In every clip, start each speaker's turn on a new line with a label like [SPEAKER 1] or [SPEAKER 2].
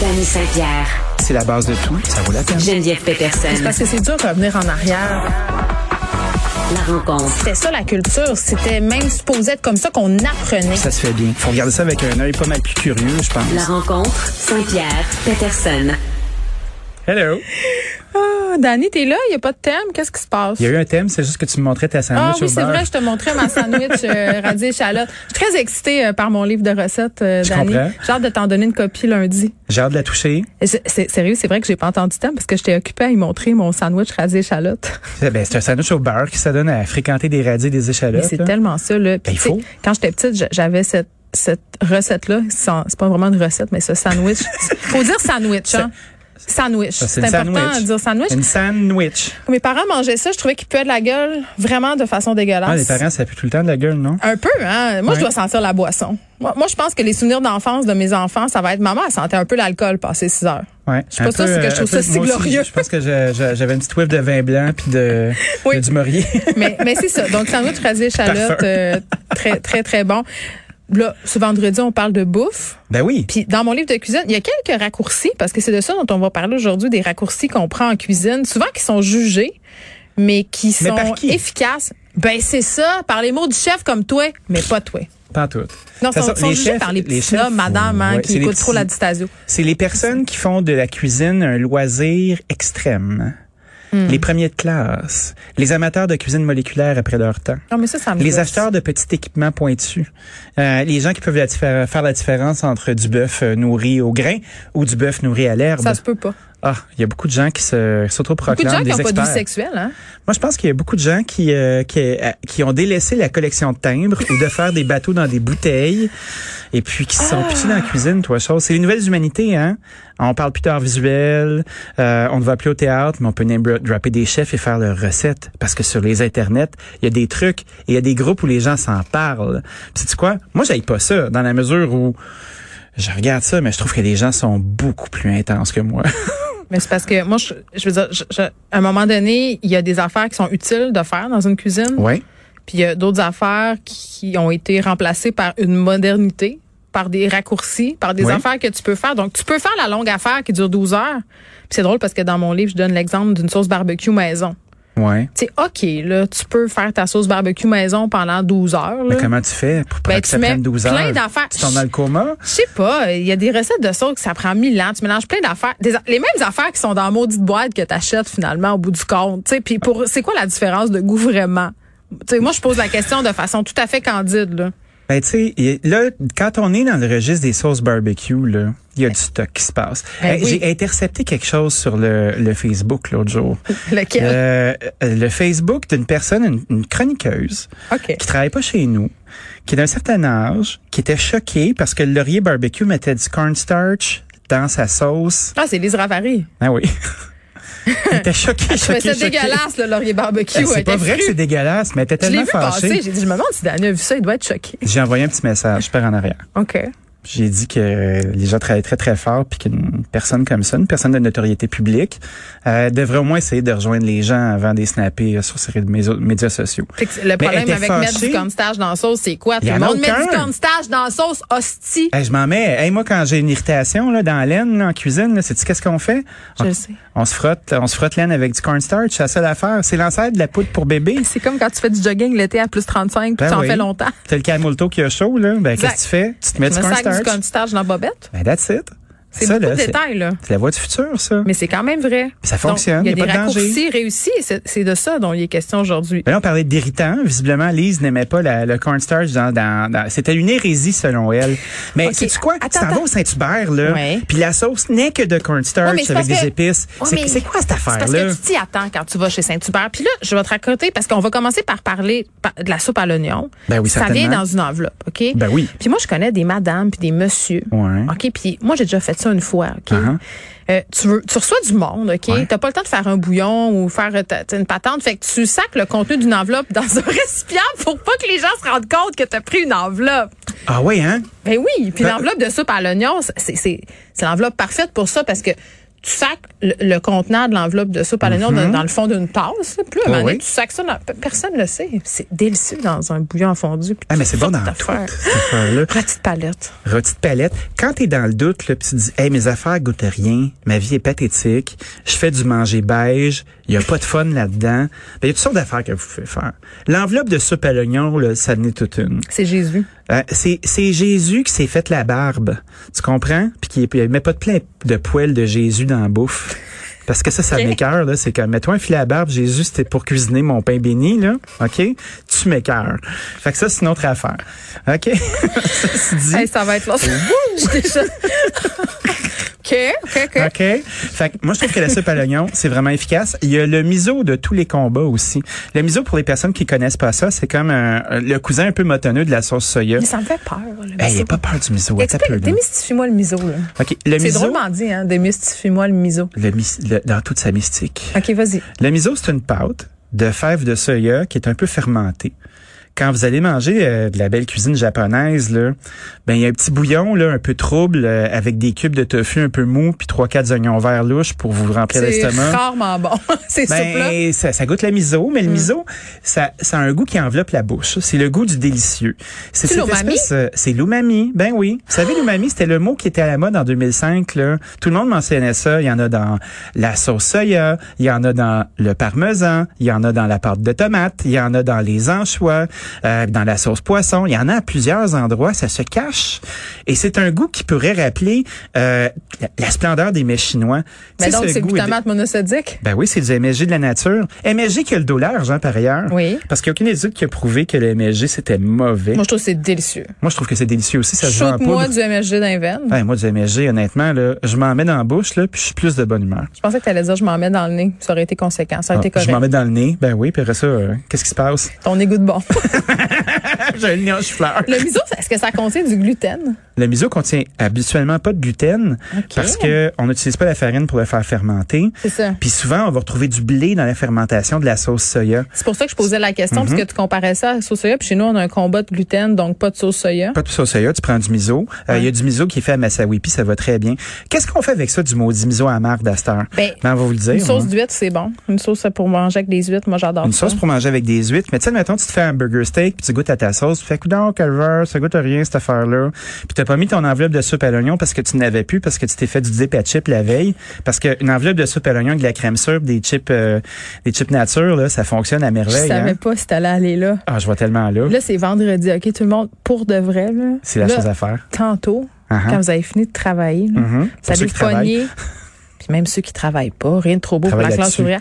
[SPEAKER 1] Dany Saint-Pierre,
[SPEAKER 2] C'est la base de tout. Ça vaut la peine.
[SPEAKER 1] Geneviève Peterson.
[SPEAKER 3] Parce que c'est dur de revenir en arrière.
[SPEAKER 1] La rencontre.
[SPEAKER 3] C'était ça la culture. C'était même supposé être comme ça qu'on apprenait.
[SPEAKER 2] Ça se fait bien. Faut regarder ça avec un œil pas mal plus curieux, je pense.
[SPEAKER 1] La rencontre. Saint-Pierre, Peterson.
[SPEAKER 2] Hello.
[SPEAKER 3] Ah, Dani, t'es là, il n'y a pas de thème. Qu'est-ce qui se passe?
[SPEAKER 2] Il y a eu un thème, c'est juste que tu me montrais ta
[SPEAKER 3] Ah
[SPEAKER 2] sandwich
[SPEAKER 3] oui,
[SPEAKER 2] au
[SPEAKER 3] c'est
[SPEAKER 2] beurre.
[SPEAKER 3] vrai, je te montrais ma sandwich euh, radis échalote. Je suis très excitée euh, par mon livre de recettes, euh,
[SPEAKER 2] Je
[SPEAKER 3] Dani.
[SPEAKER 2] comprends.
[SPEAKER 3] J'ai hâte de t'en donner une copie lundi.
[SPEAKER 2] J'ai hâte de la toucher.
[SPEAKER 3] Et c'est- c'est- sérieux, c'est vrai que j'ai pas entendu thème parce que j'étais occupée à y montrer mon sandwich radis échalote.
[SPEAKER 2] C'est ben, c'est un sandwich au beurre qui ça donne à fréquenter des radis et des
[SPEAKER 3] Mais
[SPEAKER 2] échalotes.
[SPEAKER 3] c'est
[SPEAKER 2] là.
[SPEAKER 3] tellement ça, là.
[SPEAKER 2] Ben,
[SPEAKER 3] Puis,
[SPEAKER 2] il
[SPEAKER 3] tu sais,
[SPEAKER 2] faut.
[SPEAKER 3] Quand j'étais petite, j'a- j'avais cette cette recette-là, sans- c'est pas vraiment une recette, mais ce sandwich. Faut dire sandwich, hein? Sandwich.
[SPEAKER 2] Ça,
[SPEAKER 3] C'est
[SPEAKER 2] Ah, une
[SPEAKER 3] important de dire sandwich.
[SPEAKER 2] Une sandwich.
[SPEAKER 3] Quand Mes parents mangeaient ça, je trouvais qu'ils puaient de la gueule vraiment de façon
[SPEAKER 2] Ah, les
[SPEAKER 3] dégueulasse.
[SPEAKER 2] parents, ça pue tout le temps de la gueule, non?
[SPEAKER 3] un peu, hein? Moi, je
[SPEAKER 2] Ouais.
[SPEAKER 3] dois sentir la boisson. Moi, moi, je pense que les souvenirs d'enfance de mes enfants, ça va être maman, elle sentait un peu l'alcool passer 6 heures.
[SPEAKER 2] Ouais.
[SPEAKER 3] Je suis pas
[SPEAKER 2] Un peu,
[SPEAKER 3] sûre que je
[SPEAKER 2] euh,
[SPEAKER 3] trouve
[SPEAKER 2] un peu-
[SPEAKER 3] ça si
[SPEAKER 2] moi aussi,
[SPEAKER 3] glorieux.
[SPEAKER 2] Je pense que je- je- j'avais une petite whiff de vin blanc puis de,
[SPEAKER 3] Oui.
[SPEAKER 2] de du morier.
[SPEAKER 3] mais mais c'est ça. Donc, sandwich rasé échalote,
[SPEAKER 2] Parfum.
[SPEAKER 3] euh, très, très, très bon. Là, ce vendredi, on parle de bouffe.
[SPEAKER 2] ben oui.
[SPEAKER 3] Puis dans mon livre de cuisine, il y a quelques raccourcis, parce que c'est de ça dont on va parler aujourd'hui, des raccourcis qu'on prend en cuisine, souvent qui sont jugés, mais qui
[SPEAKER 2] Mais
[SPEAKER 3] sont
[SPEAKER 2] par qui?
[SPEAKER 3] efficaces. Ben c'est ça, par les mots du chef comme toi, mais pas toi.
[SPEAKER 2] Pas en tout.
[SPEAKER 3] Non,
[SPEAKER 2] De toute
[SPEAKER 3] sont,
[SPEAKER 2] façon,
[SPEAKER 3] sont jugés par les petits
[SPEAKER 2] chefs,
[SPEAKER 3] noms, madame, hein,
[SPEAKER 2] ouais,
[SPEAKER 3] qui
[SPEAKER 2] c'est les
[SPEAKER 3] écoutent trop
[SPEAKER 2] petits-
[SPEAKER 3] la distasio.
[SPEAKER 2] C'est les personnes qui font de la cuisine un loisir extrême.
[SPEAKER 3] Hmm.
[SPEAKER 2] Les premiers de classe, les amateurs de cuisine moléculaire après leur temps,
[SPEAKER 3] Non, mais ça, ça me
[SPEAKER 2] les
[SPEAKER 3] gosse.
[SPEAKER 2] acheteurs de petits équipements pointus, euh, les gens qui peuvent la diffé- faire la différence entre du bœuf euh, nourri au grain ou du bœuf nourri à l'herbe.
[SPEAKER 3] Ça se peut pas.
[SPEAKER 2] Ah, il y a beaucoup de gens qui se
[SPEAKER 3] Beaucoup de gens
[SPEAKER 2] s'autoproclament
[SPEAKER 3] qui
[SPEAKER 2] des
[SPEAKER 3] n'ont pas de
[SPEAKER 2] experts.
[SPEAKER 3] vie sexuelle, hein?
[SPEAKER 2] Moi, je pense qu'il y a beaucoup de gens qui euh, qui, euh, qui ont délaissé la collection de timbres ou de faire des bateaux dans des bouteilles et puis qui se sont pitchés dans la cuisine, toi, chose. C'est les nouvelles humanités, hein? On parle plus d'art visuel, euh, on ne va plus au théâtre, mais on peut name dropper des chefs et faire leurs recettes. Parce que sur les internets, il y a des trucs et il y a des groupes où les gens s'en parlent. Puis sais-tu quoi? Moi, j'aille pas ça, dans la mesure où je regarde ça, mais je trouve que les gens sont beaucoup plus intenses que moi.
[SPEAKER 3] Mais c'est parce que moi, je, je veux dire, je- je- à un moment donné, il y a des affaires qui sont utiles de faire dans une cuisine.
[SPEAKER 2] Ouais.
[SPEAKER 3] Puis il y a d'autres affaires qui ont été remplacées par une modernité, par des raccourcis, par des
[SPEAKER 2] Oui.
[SPEAKER 3] affaires que tu peux faire. Donc, tu peux faire la longue affaire qui dure 12 heures. Puis c'est drôle parce que dans mon livre, je donne l'exemple d'une sauce barbecue maison.
[SPEAKER 2] Ouais.
[SPEAKER 3] Tu sais, OK, là, tu peux faire ta sauce barbecue maison pendant 12 heures.
[SPEAKER 2] Mais
[SPEAKER 3] là.
[SPEAKER 2] comment tu fais pour
[SPEAKER 3] Ben,
[SPEAKER 2] que
[SPEAKER 3] tu
[SPEAKER 2] ça
[SPEAKER 3] mets
[SPEAKER 2] prenne 12 heures?
[SPEAKER 3] plein d'affaires.
[SPEAKER 2] Tu tombes dans le coma?
[SPEAKER 3] Je sais pas, il y a des recettes de sauce que ça prend mille ans, tu mélanges plein d'affaires, des- les mêmes affaires qui sont dans la maudite boîte que t'achètes finalement au bout du compte, tu sais, puis pour c'est quoi la différence de goût vraiment Tu sais, moi je pose la question de façon tout à fait candide là.
[SPEAKER 2] Ben, tu sais, y- là, quand on est dans le registre des sauces barbecue, là, il y a du stock qui se passe.
[SPEAKER 3] Ben
[SPEAKER 2] Hey,
[SPEAKER 3] oui.
[SPEAKER 2] J'ai intercepté quelque chose sur le, le Facebook l'autre jour.
[SPEAKER 3] Lequel
[SPEAKER 2] Euh, euh, le Facebook d'une personne, une, une chroniqueuse,
[SPEAKER 3] OK.
[SPEAKER 2] qui travaille pas chez nous, qui est d'un certain âge, qui était choquée parce que le laurier barbecue mettait du cornstarch dans sa sauce.
[SPEAKER 3] Ah, c'est Lise Ravary.
[SPEAKER 2] Ah oui. Elle était choquée,
[SPEAKER 3] Je trouvais
[SPEAKER 2] choquée,
[SPEAKER 3] ça
[SPEAKER 2] choquée.
[SPEAKER 3] dégueulasse le laurier barbecue,
[SPEAKER 2] Ben,
[SPEAKER 3] elle
[SPEAKER 2] C'est pas
[SPEAKER 3] était
[SPEAKER 2] vrai que
[SPEAKER 3] crue.
[SPEAKER 2] c'est dégueulasse, mais elle était
[SPEAKER 3] Je l'ai
[SPEAKER 2] tellement
[SPEAKER 3] vu passer,
[SPEAKER 2] fâchée.
[SPEAKER 3] j'ai dit je me demande si Daniel a vu ça, il doit être choqué.
[SPEAKER 2] J'ai envoyé un petit message, je pars en arrière.
[SPEAKER 3] OK.
[SPEAKER 2] J'ai dit que euh, les gens travaillaient très, très fort, puis qu'une personne comme ça, une personne de notoriété publique, euh, devrait au moins essayer de rejoindre les gens avant de les snapper euh, sur ces ré- mes autres médias sociaux.
[SPEAKER 3] Fait que le
[SPEAKER 2] Mais elle
[SPEAKER 3] problème
[SPEAKER 2] était
[SPEAKER 3] avec mettre
[SPEAKER 2] fâchée.
[SPEAKER 3] du cornstarch dans la sauce, c'est quoi? Tout
[SPEAKER 2] Il y
[SPEAKER 3] le
[SPEAKER 2] en a
[SPEAKER 3] monde met du
[SPEAKER 2] aucun. Eh,
[SPEAKER 3] cornstarch dans la sauce, hostie.
[SPEAKER 2] Hey, je m'en mets. Hey, moi, quand j'ai une irritation là, dans la laine là, en cuisine, là, sais-tu qu'est-ce qu'on fait?
[SPEAKER 3] Je
[SPEAKER 2] on,
[SPEAKER 3] le sais.
[SPEAKER 2] on se frotte, on se frotte laine avec du cornstarch, c'est la seule affaire. C'est l'ancêtre de la poudre pour bébé.
[SPEAKER 3] C'est comme quand tu fais du jogging l'été à plus 35 puis
[SPEAKER 2] Ben
[SPEAKER 3] tu en
[SPEAKER 2] oui.
[SPEAKER 3] fais longtemps.
[SPEAKER 2] T'as le camulto qui a chaud, là. Ben,
[SPEAKER 3] Exact.
[SPEAKER 2] qu'est-ce que tu fais? Tu te mets
[SPEAKER 3] tu
[SPEAKER 2] du
[SPEAKER 3] me sacs du
[SPEAKER 2] cornstarch.
[SPEAKER 3] cornstarch dans la bobette.
[SPEAKER 2] Ben, that's it.
[SPEAKER 3] C'est
[SPEAKER 2] Ça,
[SPEAKER 3] beaucoup
[SPEAKER 2] là,
[SPEAKER 3] de
[SPEAKER 2] c'est
[SPEAKER 3] détails, là.
[SPEAKER 2] c'est la voie du futur, ça.
[SPEAKER 3] Mais c'est quand même vrai.
[SPEAKER 2] Ça
[SPEAKER 3] Donc,
[SPEAKER 2] fonctionne,
[SPEAKER 3] Il y a
[SPEAKER 2] y a
[SPEAKER 3] des
[SPEAKER 2] pas de danger.
[SPEAKER 3] raccourcis réussis et c'est c'est de ça dont il est question aujourd'hui.
[SPEAKER 2] Ben là, on parlait d'irritant. Visiblement, Lise n'aimait pas la- le cornstarch dans, dans, dans- C'était une hérésie, selon elle. Mais
[SPEAKER 3] Ok.
[SPEAKER 2] sais-tu quoi?
[SPEAKER 3] Attends,
[SPEAKER 2] tu t'en vas
[SPEAKER 3] attends.
[SPEAKER 2] au Saint-Hubert, là.
[SPEAKER 3] Ouais.
[SPEAKER 2] Puis la sauce n'est que de cornstarch
[SPEAKER 3] Ouais, mais c'est
[SPEAKER 2] avec
[SPEAKER 3] parce
[SPEAKER 2] des
[SPEAKER 3] que-
[SPEAKER 2] épices.
[SPEAKER 3] Ouais,
[SPEAKER 2] C'est-
[SPEAKER 3] mais
[SPEAKER 2] c'est quoi cette
[SPEAKER 3] C'est parce
[SPEAKER 2] affaire-là?
[SPEAKER 3] que tu t'y attends quand tu vas chez Saint-Hubert. Puis là, je vais te raconter parce qu'on va commencer par parler pa- de la soupe à l'oignon.
[SPEAKER 2] Ben oui,
[SPEAKER 3] Ça
[SPEAKER 2] certainement.
[SPEAKER 3] vient dans une enveloppe, OK?
[SPEAKER 2] Ben oui.
[SPEAKER 3] Puis moi, je connais des madames puis des messieurs.
[SPEAKER 2] Ouais.
[SPEAKER 3] OK? Puis moi, j'ai déjà fait ça une fois, OK?
[SPEAKER 2] Uh-huh.
[SPEAKER 3] Euh, tu, veux, tu reçois du monde, OK? T'as pas le temps de faire un bouillon ou faire euh, ta- ta- une patente. Fait que tu sacs le contenu d'une enveloppe dans un récipient pour pas que les gens se rendent compte que t'as pris une enveloppe.
[SPEAKER 2] Ah oui, hein?
[SPEAKER 3] Ben oui, puis
[SPEAKER 2] Ben-
[SPEAKER 3] l'enveloppe de soupe à l'oignon, c'est- c'est c'est- c'est l'enveloppe parfaite pour ça parce que tu sacs le, le contenant de l'enveloppe de soupe à l'oignon dans, dans le fond d'une tasse. là. Puis là, à un
[SPEAKER 2] Oui,
[SPEAKER 3] moment donné,
[SPEAKER 2] Mhm. Oh oui.
[SPEAKER 3] tu sacs ça, dans- personne ne le sait. C'est délicieux dans un bouillon fondu. puis
[SPEAKER 2] Ah, mais
[SPEAKER 3] tu
[SPEAKER 2] c'est bon
[SPEAKER 3] fais
[SPEAKER 2] dans
[SPEAKER 3] ta
[SPEAKER 2] tout,
[SPEAKER 3] affaire.
[SPEAKER 2] cette affaire-là.
[SPEAKER 3] Petite palette.
[SPEAKER 2] Rôti de palette. Quand t'es dans le doute, là, pis tu te dis, hey, mes affaires goûtent rien, ma vie est pathétique, je fais du manger beige, il y a pas de fun là-dedans. Ben, il y a toutes sortes d'affaires que vous pouvez faire. L'enveloppe de soupe à l'oignon, là, ça n'est toute une.
[SPEAKER 3] C'est Jésus.
[SPEAKER 2] Euh, c'est c'est Jésus qui s'est fait la barbe. Tu comprends? Puis qui puis il met pas de plein de poils de Jésus dans la bouffe. Parce que ça, ça m'écœure, là. C'est comme, mets-toi un filet à barbe, Jésus, c'était pour cuisiner mon pain béni, là. OK? Tu m'écœures. Fait que ça, c'est une autre affaire. OK? Ceci dit.
[SPEAKER 3] Hey, ça va être long. J'ai déjà- OK, OK, OK.
[SPEAKER 2] OK. Fait que moi, je trouve que la soupe à l'oignon, c'est vraiment efficace. Il y a le miso de tous les combats aussi. Le miso, pour les personnes qui connaissent pas ça, c'est comme un- le cousin un peu motonneux de la sauce soya.
[SPEAKER 3] Mais ça me fait peur. le
[SPEAKER 2] Hey,
[SPEAKER 3] miso.
[SPEAKER 2] il a pas peur du miso. Attends un
[SPEAKER 3] Explique,
[SPEAKER 2] peu, là.
[SPEAKER 3] démystifie-moi le miso. là.
[SPEAKER 2] OK. Le
[SPEAKER 3] C'est
[SPEAKER 2] miso,
[SPEAKER 3] drôlement dit, hein, démystifie-moi le miso.
[SPEAKER 2] le mis- le- dans toute sa mystique.
[SPEAKER 3] OK, vas-y.
[SPEAKER 2] Le miso, c'est une pâte de fèves de soya qui est un peu fermentée. Quand vous allez manger euh, de la belle cuisine japonaise, là, ben il y a un petit bouillon là, un peu trouble euh, avec des cubes de tofu un peu mous puis trois quatre oignons verts louches pour vous remplir
[SPEAKER 3] C'est
[SPEAKER 2] l'estomac.
[SPEAKER 3] rarement bon, ces soupes-là. Mm.
[SPEAKER 2] Ben, ça, ça goûte la miso, mais le miso, ça, ça a un goût qui enveloppe la bouche. C'est le goût du délicieux. C'est
[SPEAKER 3] C'est
[SPEAKER 2] cette
[SPEAKER 3] l'umami?
[SPEAKER 2] espèce, euh, C'est l'umami. Ben oui. Vous savez, l'umami, c'était le mot qui était à la mode en 2005. Là. Tout le monde mentionnait ça. Il y en a dans la sauce soya, il y en a dans le parmesan, il y en a dans la pâte de tomate, il y en a dans les anchois, euh, dans la sauce poisson. Il y en a à plusieurs endroits. Ça se cache. Et c'est un goût qui pourrait rappeler euh, la, la splendeur des mets chinois. Tu
[SPEAKER 3] Mais
[SPEAKER 2] sais,
[SPEAKER 3] donc,
[SPEAKER 2] ce
[SPEAKER 3] c'est le
[SPEAKER 2] goût est-
[SPEAKER 3] glutamate monosodique.
[SPEAKER 2] ben oui, c'est du MSG de la nature. MSG qui a le dos large, hein, par ailleurs.
[SPEAKER 3] Oui.
[SPEAKER 2] Parce qu'il n'y a aucune étude qui a prouvé que le MSG, c'était mauvais. Moi,
[SPEAKER 3] Moi, je trouve que c'est délicieux.
[SPEAKER 2] je trouve que c'est délicieux aussi, ça se vend en
[SPEAKER 3] Chute-moi
[SPEAKER 2] poudre.
[SPEAKER 3] du MSG dans les veines.
[SPEAKER 2] Ben, moi, du MSG, honnêtement, là, je m'en mets dans la bouche, là, puis je suis plus de bonne humeur.
[SPEAKER 3] Je pensais que tu allais dire je m'en mets dans le nez. Ça aurait été conséquent. Ça aurait été
[SPEAKER 2] Ah, je
[SPEAKER 3] correct.
[SPEAKER 2] m'en mets dans le nez. Ben oui, puis après ça, euh, qu'est-ce qui se passe?
[SPEAKER 3] Ton égout de bon.
[SPEAKER 2] J'ai le nez en fleur.
[SPEAKER 3] le miso, est-ce que ça contient du gluten?
[SPEAKER 2] Le miso contient habituellement pas de gluten parce que on n'utilise pas la farine pour le faire fermenter.
[SPEAKER 3] C'est ça.
[SPEAKER 2] Puis souvent, on va retrouver du blé dans la fermentation de la sauce soya.
[SPEAKER 3] C'est pour ça que je posais la question, parce que tu comparais ça à la sauce soya. Puis chez nous, on a un combat de gluten, donc pas de sauce soya.
[SPEAKER 2] Pas de sauce soya, tu prends du miso. Euh, Il y a du miso qui est fait à Massawipi, ça va très bien. Qu'est-ce qu'on fait avec ça du maudit miso amarg d'Astor?
[SPEAKER 3] Ben,
[SPEAKER 2] on va vous le dire.
[SPEAKER 3] Une sauce
[SPEAKER 2] hein.
[SPEAKER 3] d'huître, c'est bon. Une sauce pour manger avec des huîtres, moi, j'adore
[SPEAKER 2] Une
[SPEAKER 3] ça.
[SPEAKER 2] sauce pour manger avec des huîtres. Mais tu sais, mettons, tu te fais un burger steak, puis tu goûtes à ta sauce, tu fais coudon, calvaire, ça goûte à rien, cette affaire-là. Puis t'as pas mis ton enveloppe de soupe à l'oignon parce que tu n'avais plus, parce que tu t'es fait du dip à chip la veille. Parce qu'une enveloppe de soupe à l'oignon avec de la crème sûre, des chips, euh, des chips nature, là, ça fonctionne à
[SPEAKER 3] Je
[SPEAKER 2] merveille.
[SPEAKER 3] savais
[SPEAKER 2] hein.
[SPEAKER 3] pas si t'allais aller là.
[SPEAKER 2] Ah, je vois tellement là.
[SPEAKER 3] Là, c'est vendredi, OK, tout le monde, pour de vrai, là.
[SPEAKER 2] C'est la
[SPEAKER 3] Là,
[SPEAKER 2] chose à faire.
[SPEAKER 3] Tantôt,
[SPEAKER 2] Uh-huh.
[SPEAKER 3] quand vous avez fini de travailler, là,
[SPEAKER 2] Mhm.
[SPEAKER 3] Ça
[SPEAKER 2] Pour ceux
[SPEAKER 3] allez
[SPEAKER 2] qui travaillent.
[SPEAKER 3] pogner. Puis même ceux qui travaillent pas, rien de trop beau pour la
[SPEAKER 2] Travaille
[SPEAKER 3] classe
[SPEAKER 2] là-dessus.
[SPEAKER 3] ouvrière.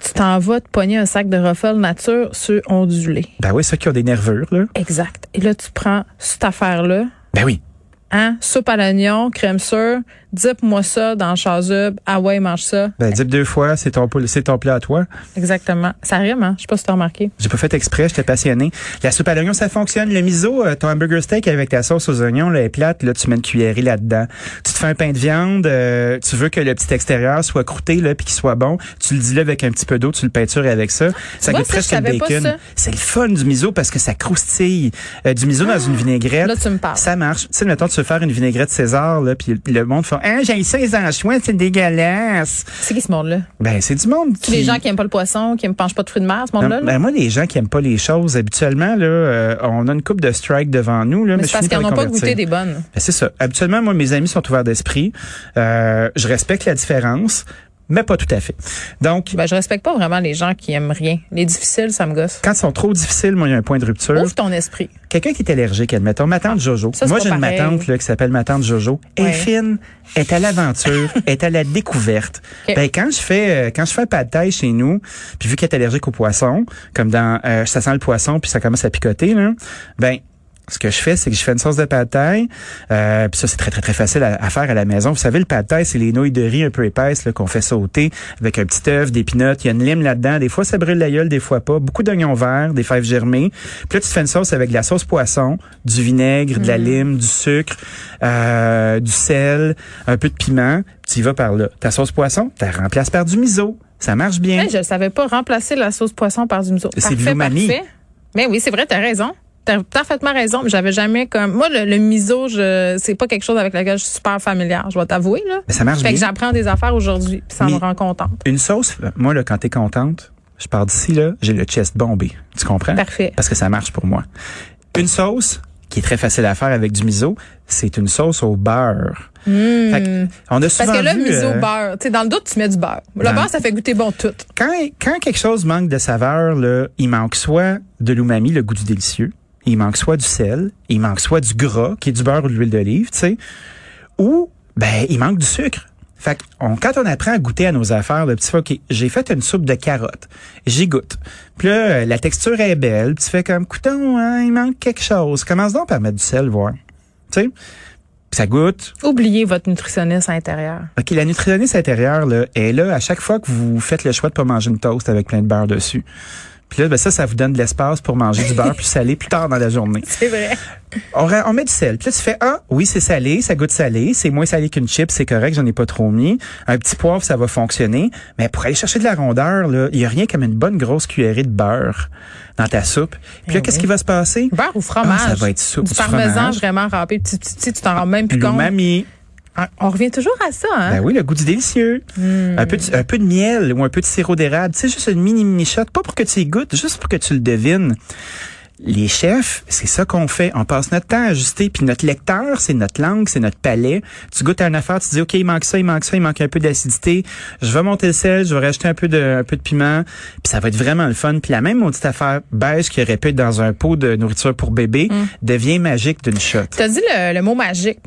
[SPEAKER 3] Tu t'en vas te pogner un sac de Ruffles nature sur ondulé.
[SPEAKER 2] Ben oui, ceux qui ont des nervures, là.
[SPEAKER 3] Exact. Et là, tu prends cette affaire-là,
[SPEAKER 2] Ben oui.
[SPEAKER 3] hein, soupe à l'oignon, crème sûre, Dip-moi ça dans Chazub. Ah ouais, mange ça.
[SPEAKER 2] Ben, dis deux fois, c'est ton, poul- c'est ton plat à toi.
[SPEAKER 3] Exactement. Ça rime, hein? Je sais pas si t'as remarqué.
[SPEAKER 2] J'ai pas fait exprès, j'étais passionné. La soupe à l'oignon, ça fonctionne. Le miso, euh, ton hamburger steak avec ta sauce aux oignons, là, est plate, là, tu mets une cuillerée là-dedans. Tu te fais un pain de viande, euh, tu veux que le petit extérieur soit croûté, là, puis qu'il soit bon. Tu le dis là avec un petit peu d'eau, tu le peintures avec ça. Ça
[SPEAKER 3] vois,
[SPEAKER 2] goûte
[SPEAKER 3] ça,
[SPEAKER 2] presque
[SPEAKER 3] je
[SPEAKER 2] le
[SPEAKER 3] savais pas
[SPEAKER 2] bacon.
[SPEAKER 3] ça.
[SPEAKER 2] C'est le fun du miso parce que ça croustille. Euh, du miso dans une vinaigrette.
[SPEAKER 3] Là, tu me parles.
[SPEAKER 2] Ça marche. Tu sais, mettons, tu veux faire une vinaigrette César, là, puis le monde fait, hein, j'ai ça, les anchois, c'est dégueulasse.
[SPEAKER 3] C'est qui ce monde-là?
[SPEAKER 2] Ben, c'est du monde
[SPEAKER 3] Tous
[SPEAKER 2] qui-
[SPEAKER 3] les gens qui aiment pas le poisson, qui ne mangent pas de fruits de mer, ce
[SPEAKER 2] non,
[SPEAKER 3] monde-là? là?
[SPEAKER 2] ben moi, les gens qui aiment pas les choses, habituellement, là, euh, on a une coupe de strike devant nous. Là, mais
[SPEAKER 3] mais c'est
[SPEAKER 2] je
[SPEAKER 3] parce
[SPEAKER 2] finis par
[SPEAKER 3] qu'ils n'ont
[SPEAKER 2] les
[SPEAKER 3] pas
[SPEAKER 2] convertir.
[SPEAKER 3] goûté des bonnes.
[SPEAKER 2] Ben, c'est ça. Habituellement, moi, mes amis sont ouverts d'esprit. Euh, je respecte la différence, mais pas tout à fait. Donc,
[SPEAKER 3] Ben, je respecte pas vraiment les gens qui aiment rien. Les difficiles, ça me gosse.
[SPEAKER 2] quand ils sont trop difficiles, moi, il y a un point de rupture.
[SPEAKER 3] Ouvre ton esprit.
[SPEAKER 2] Quelqu'un qui est allergique, admettons, ma tante Jojo.
[SPEAKER 3] Ça, c'est
[SPEAKER 2] Moi,
[SPEAKER 3] pas
[SPEAKER 2] j'ai une ma
[SPEAKER 3] pareil.
[SPEAKER 2] tante là, qui s'appelle ma tante Jojo. Elle est
[SPEAKER 3] Ouais.
[SPEAKER 2] fine, est à l'aventure, est à la découverte.
[SPEAKER 3] Ok.
[SPEAKER 2] Ben, quand je fais euh, quand je fais un pas de taille chez nous, puis vu qu'elle est allergique au poisson, comme dans euh, ça sent le poisson puis ça commence à picoter là, ben ce que je fais, c'est que je fais une sauce de pad thai. Euh, puis ça, c'est très, très, très facile à, à faire à la maison. Vous savez, le pad thai, c'est les nouilles de riz un peu épaisses là, qu'on fait sauter avec un petit œuf, des pinottes. Il y a une lime là-dedans. Des fois, ça brûle la gueule, des fois pas. Beaucoup d'oignons verts, des fèves germées. Puis là, tu te fais une sauce avec de la sauce poisson, du vinaigre, de la
[SPEAKER 3] Mm.
[SPEAKER 2] lime, du sucre, euh, du sel, un peu de piment. Tu y vas par là. Ta sauce poisson, tu la remplaces par du miso. Ça marche bien.
[SPEAKER 3] Hey, je ne savais pas remplacer la sauce poisson par du miso.
[SPEAKER 2] C'est
[SPEAKER 3] Parfait,
[SPEAKER 2] Blue Mamie.
[SPEAKER 3] parfait. Mais oui, c'est vrai, t'as raison. T'as parfaitement raison. mais J'avais jamais comme. Moi, le, le miso, je c'est pas quelque chose avec lequel je suis super familière. Je vais t'avouer, là.
[SPEAKER 2] Mais Ben, ça marche
[SPEAKER 3] Fait que
[SPEAKER 2] bien.
[SPEAKER 3] j'apprends des affaires aujourd'hui, puis ça
[SPEAKER 2] Mais-
[SPEAKER 3] me rend contente.
[SPEAKER 2] Une sauce, moi, là, quand t'es contente, je pars d'ici, là, j'ai le chest bombé. Tu comprends?
[SPEAKER 3] Parfait.
[SPEAKER 2] Parce que ça marche pour moi. Une sauce qui est très facile à faire avec du miso, c'est une sauce au beurre. Fait que, on a souvent
[SPEAKER 3] Hmm. Parce que là,
[SPEAKER 2] vu,
[SPEAKER 3] miso,
[SPEAKER 2] euh,
[SPEAKER 3] beurre. Tu sais, dans le doute, tu mets du beurre. Le
[SPEAKER 2] dans-
[SPEAKER 3] beurre, ça fait goûter bon tout.
[SPEAKER 2] quand, quand quelque chose manque de saveur, là, il manque soit de l'umami, le goût du délicieux, il manque soit du sel, il manque soit du gras, qui est du beurre ou de l'huile d'olive, tu sais, ou ben il manque du sucre. Fait que on- quand on apprend à goûter à nos affaires, le petit fait, OK, j'ai fait une soupe de carottes, j'y goûte. Puis là, euh, la texture est belle, puis tu fais comme, couton, hein, il manque quelque chose. Commence donc par mettre du sel, voir. Tu sais, ça goûte,
[SPEAKER 3] Oubliez votre nutritionniste à l'intérieur.
[SPEAKER 2] OK, la nutritionniste intérieure là, est là à chaque fois que vous faites le choix de pas manger une toast avec plein de beurre dessus. Puis là, ben ça, ça vous donne de l'espace pour manger du beurre plus salé plus tard dans la journée.
[SPEAKER 3] C'est vrai.
[SPEAKER 2] On, ra- on met du sel. Puis là, tu fais, ah, oui, c'est salé, ça goûte salé, c'est moins salé qu'une chip, c'est correct, j'en ai pas trop mis. Un petit poivre, ça va fonctionner. Mais pour aller chercher de la rondeur, là, il y a rien comme une bonne grosse cuillerée de beurre dans ta soupe. Puis là, qu'est-ce qui va se passer?
[SPEAKER 3] Beurre ou fromage.
[SPEAKER 2] Ah, ça va être soupe,
[SPEAKER 3] Du
[SPEAKER 2] du
[SPEAKER 3] parmesan
[SPEAKER 2] fromage.
[SPEAKER 3] vraiment râpé. Petit, petit, petit, tu t'en rends même plus compte.
[SPEAKER 2] L'umami.
[SPEAKER 3] Ah, On revient toujours à ça, hein?
[SPEAKER 2] Ben oui, le goût du délicieux. Un, peu de, un peu de miel ou un peu de sirop d'érable. Tu sais, juste une mini-mini shot. Pas pour que tu y goûtes, juste pour que tu le devines. Les chefs, c'est ça qu'on fait. On passe notre temps à ajuster. Puis notre lecteur, c'est notre langue, c'est notre palais. Tu goûtes à une affaire, tu dis, OK, il manque ça, il manque ça, il manque un peu d'acidité. Je vais monter le sel, je vais rajouter un peu de, un peu de piment. Puis ça va être vraiment le fun. Puis la même maudite affaire beige qui aurait pu être dans un pot de nourriture pour bébé devient magique d'une shot.
[SPEAKER 3] Tu as dit le, le mot magique.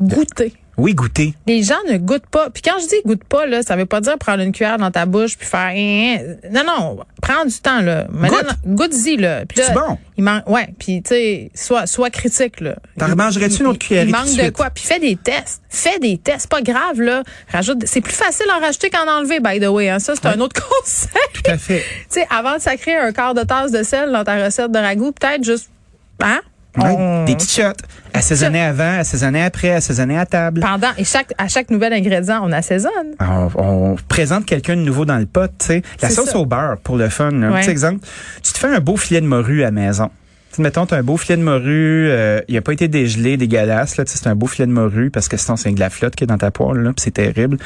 [SPEAKER 3] Goûter.
[SPEAKER 2] Oui, goûter.
[SPEAKER 3] Les gens ne goûtent pas. Puis quand je dis goûte pas, là, ça veut pas dire prendre une cuillère dans ta bouche puis faire. Hein, hein. Non, non. Prends du temps, là. Maintenant, Goûte-y, là. Puis là,
[SPEAKER 2] C'est bon.
[SPEAKER 3] Il manque, ouais. Puis, tu sais, sois, sois critique, là.
[SPEAKER 2] T'en
[SPEAKER 3] Il-
[SPEAKER 2] remangerais-tu une
[SPEAKER 3] il-
[SPEAKER 2] autre cuillerée
[SPEAKER 3] Il
[SPEAKER 2] tout
[SPEAKER 3] manque
[SPEAKER 2] de
[SPEAKER 3] de
[SPEAKER 2] suite?
[SPEAKER 3] quoi? Puis fais des tests. Fais des tests. Pas grave, là. Rajoute. C'est plus facile à en rajouter qu'en enlever, by the way. hein. Ça, c'est un autre conseil.
[SPEAKER 2] Tout à fait.
[SPEAKER 3] Tu sais, avant de sacrer un quart de tasse de sel dans ta recette de ragoût, peut-être juste, hein?
[SPEAKER 2] Ouais,
[SPEAKER 3] On-
[SPEAKER 2] Des petites shots. Assaisonner avant, assaisonner après, assaisonner à table.
[SPEAKER 3] pendant, et chaque, à chaque nouvel ingrédient, on assaisonne.
[SPEAKER 2] On, on présente quelqu'un de nouveau dans le pot, tu sais. La
[SPEAKER 3] C'est
[SPEAKER 2] sauce
[SPEAKER 3] ça.
[SPEAKER 2] au beurre, pour le fun. là. Un
[SPEAKER 3] Ouais.
[SPEAKER 2] petit exemple. Tu te fais un beau filet de morue à la maison. Tu sais, mettons, t'as un beau filet de morue, euh, il a pas été dégelé, dégueulasse, là, tu sais, c'est un beau filet de morue, parce que sinon, c'est de la flotte qui est dans ta poêle, là, puis c'est terrible.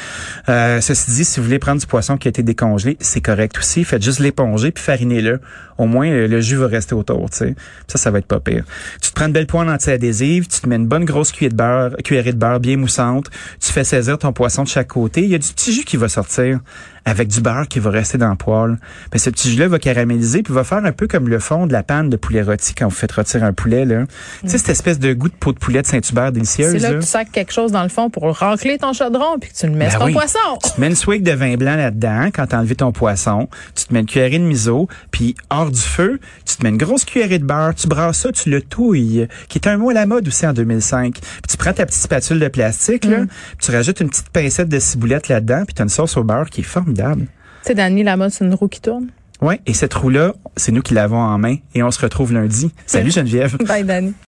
[SPEAKER 2] Euh, ceci dit, si vous voulez prendre du poisson qui a été décongelé, c'est correct aussi. Faites juste l'éponger, puis farinez-le. Au moins, euh, le jus va rester autour, tu sais. Ça, ça va être pas pire. Tu te prends une belle poêle anti-adhésive, tu te mets une bonne grosse cuillerée de beurre, cuillerée de beurre bien moussante, tu fais saisir ton poisson de chaque côté, il y a du petit jus qui va sortir. avec du beurre qui va rester dans le poêle. Ben, ce petit jus-là va caraméliser puis va faire un peu comme le fond de la panne de poulet rôti quand vous faites rôtir un poulet. Là. Tu sais, cette espèce de goût de peau de poulet de Saint-Hubert délicieuse.
[SPEAKER 3] C'est là
[SPEAKER 2] là.
[SPEAKER 3] que tu sacs quelque chose dans le fond pour racler ton chaudron puis que tu le mets
[SPEAKER 2] hein. Ben
[SPEAKER 3] sur ton
[SPEAKER 2] oui.
[SPEAKER 3] poisson.
[SPEAKER 2] Tu te mets une swig de vin blanc là-dedans quand t'as enlevé ton poisson. Tu te mets une cuillerée de miso. Puis hors du feu, tu te mets une grosse cuillerée de beurre. Tu brasses ça, tu le touilles, qui est un mot à la mode aussi en 2005. Puis tu prends ta petite spatule de plastique, là,
[SPEAKER 3] Mm.
[SPEAKER 2] puis tu rajoutes une petite pincette de ciboulette là-dedans. Puis t'as une sauce au beurre qui est formidable.
[SPEAKER 3] Tu sais, Dani, la mode, c'est une roue qui tourne.
[SPEAKER 2] Ouais, et cette roue-là, c'est nous qui l'avons en main. Et on se retrouve lundi. Salut Geneviève.
[SPEAKER 3] Bye, Dani.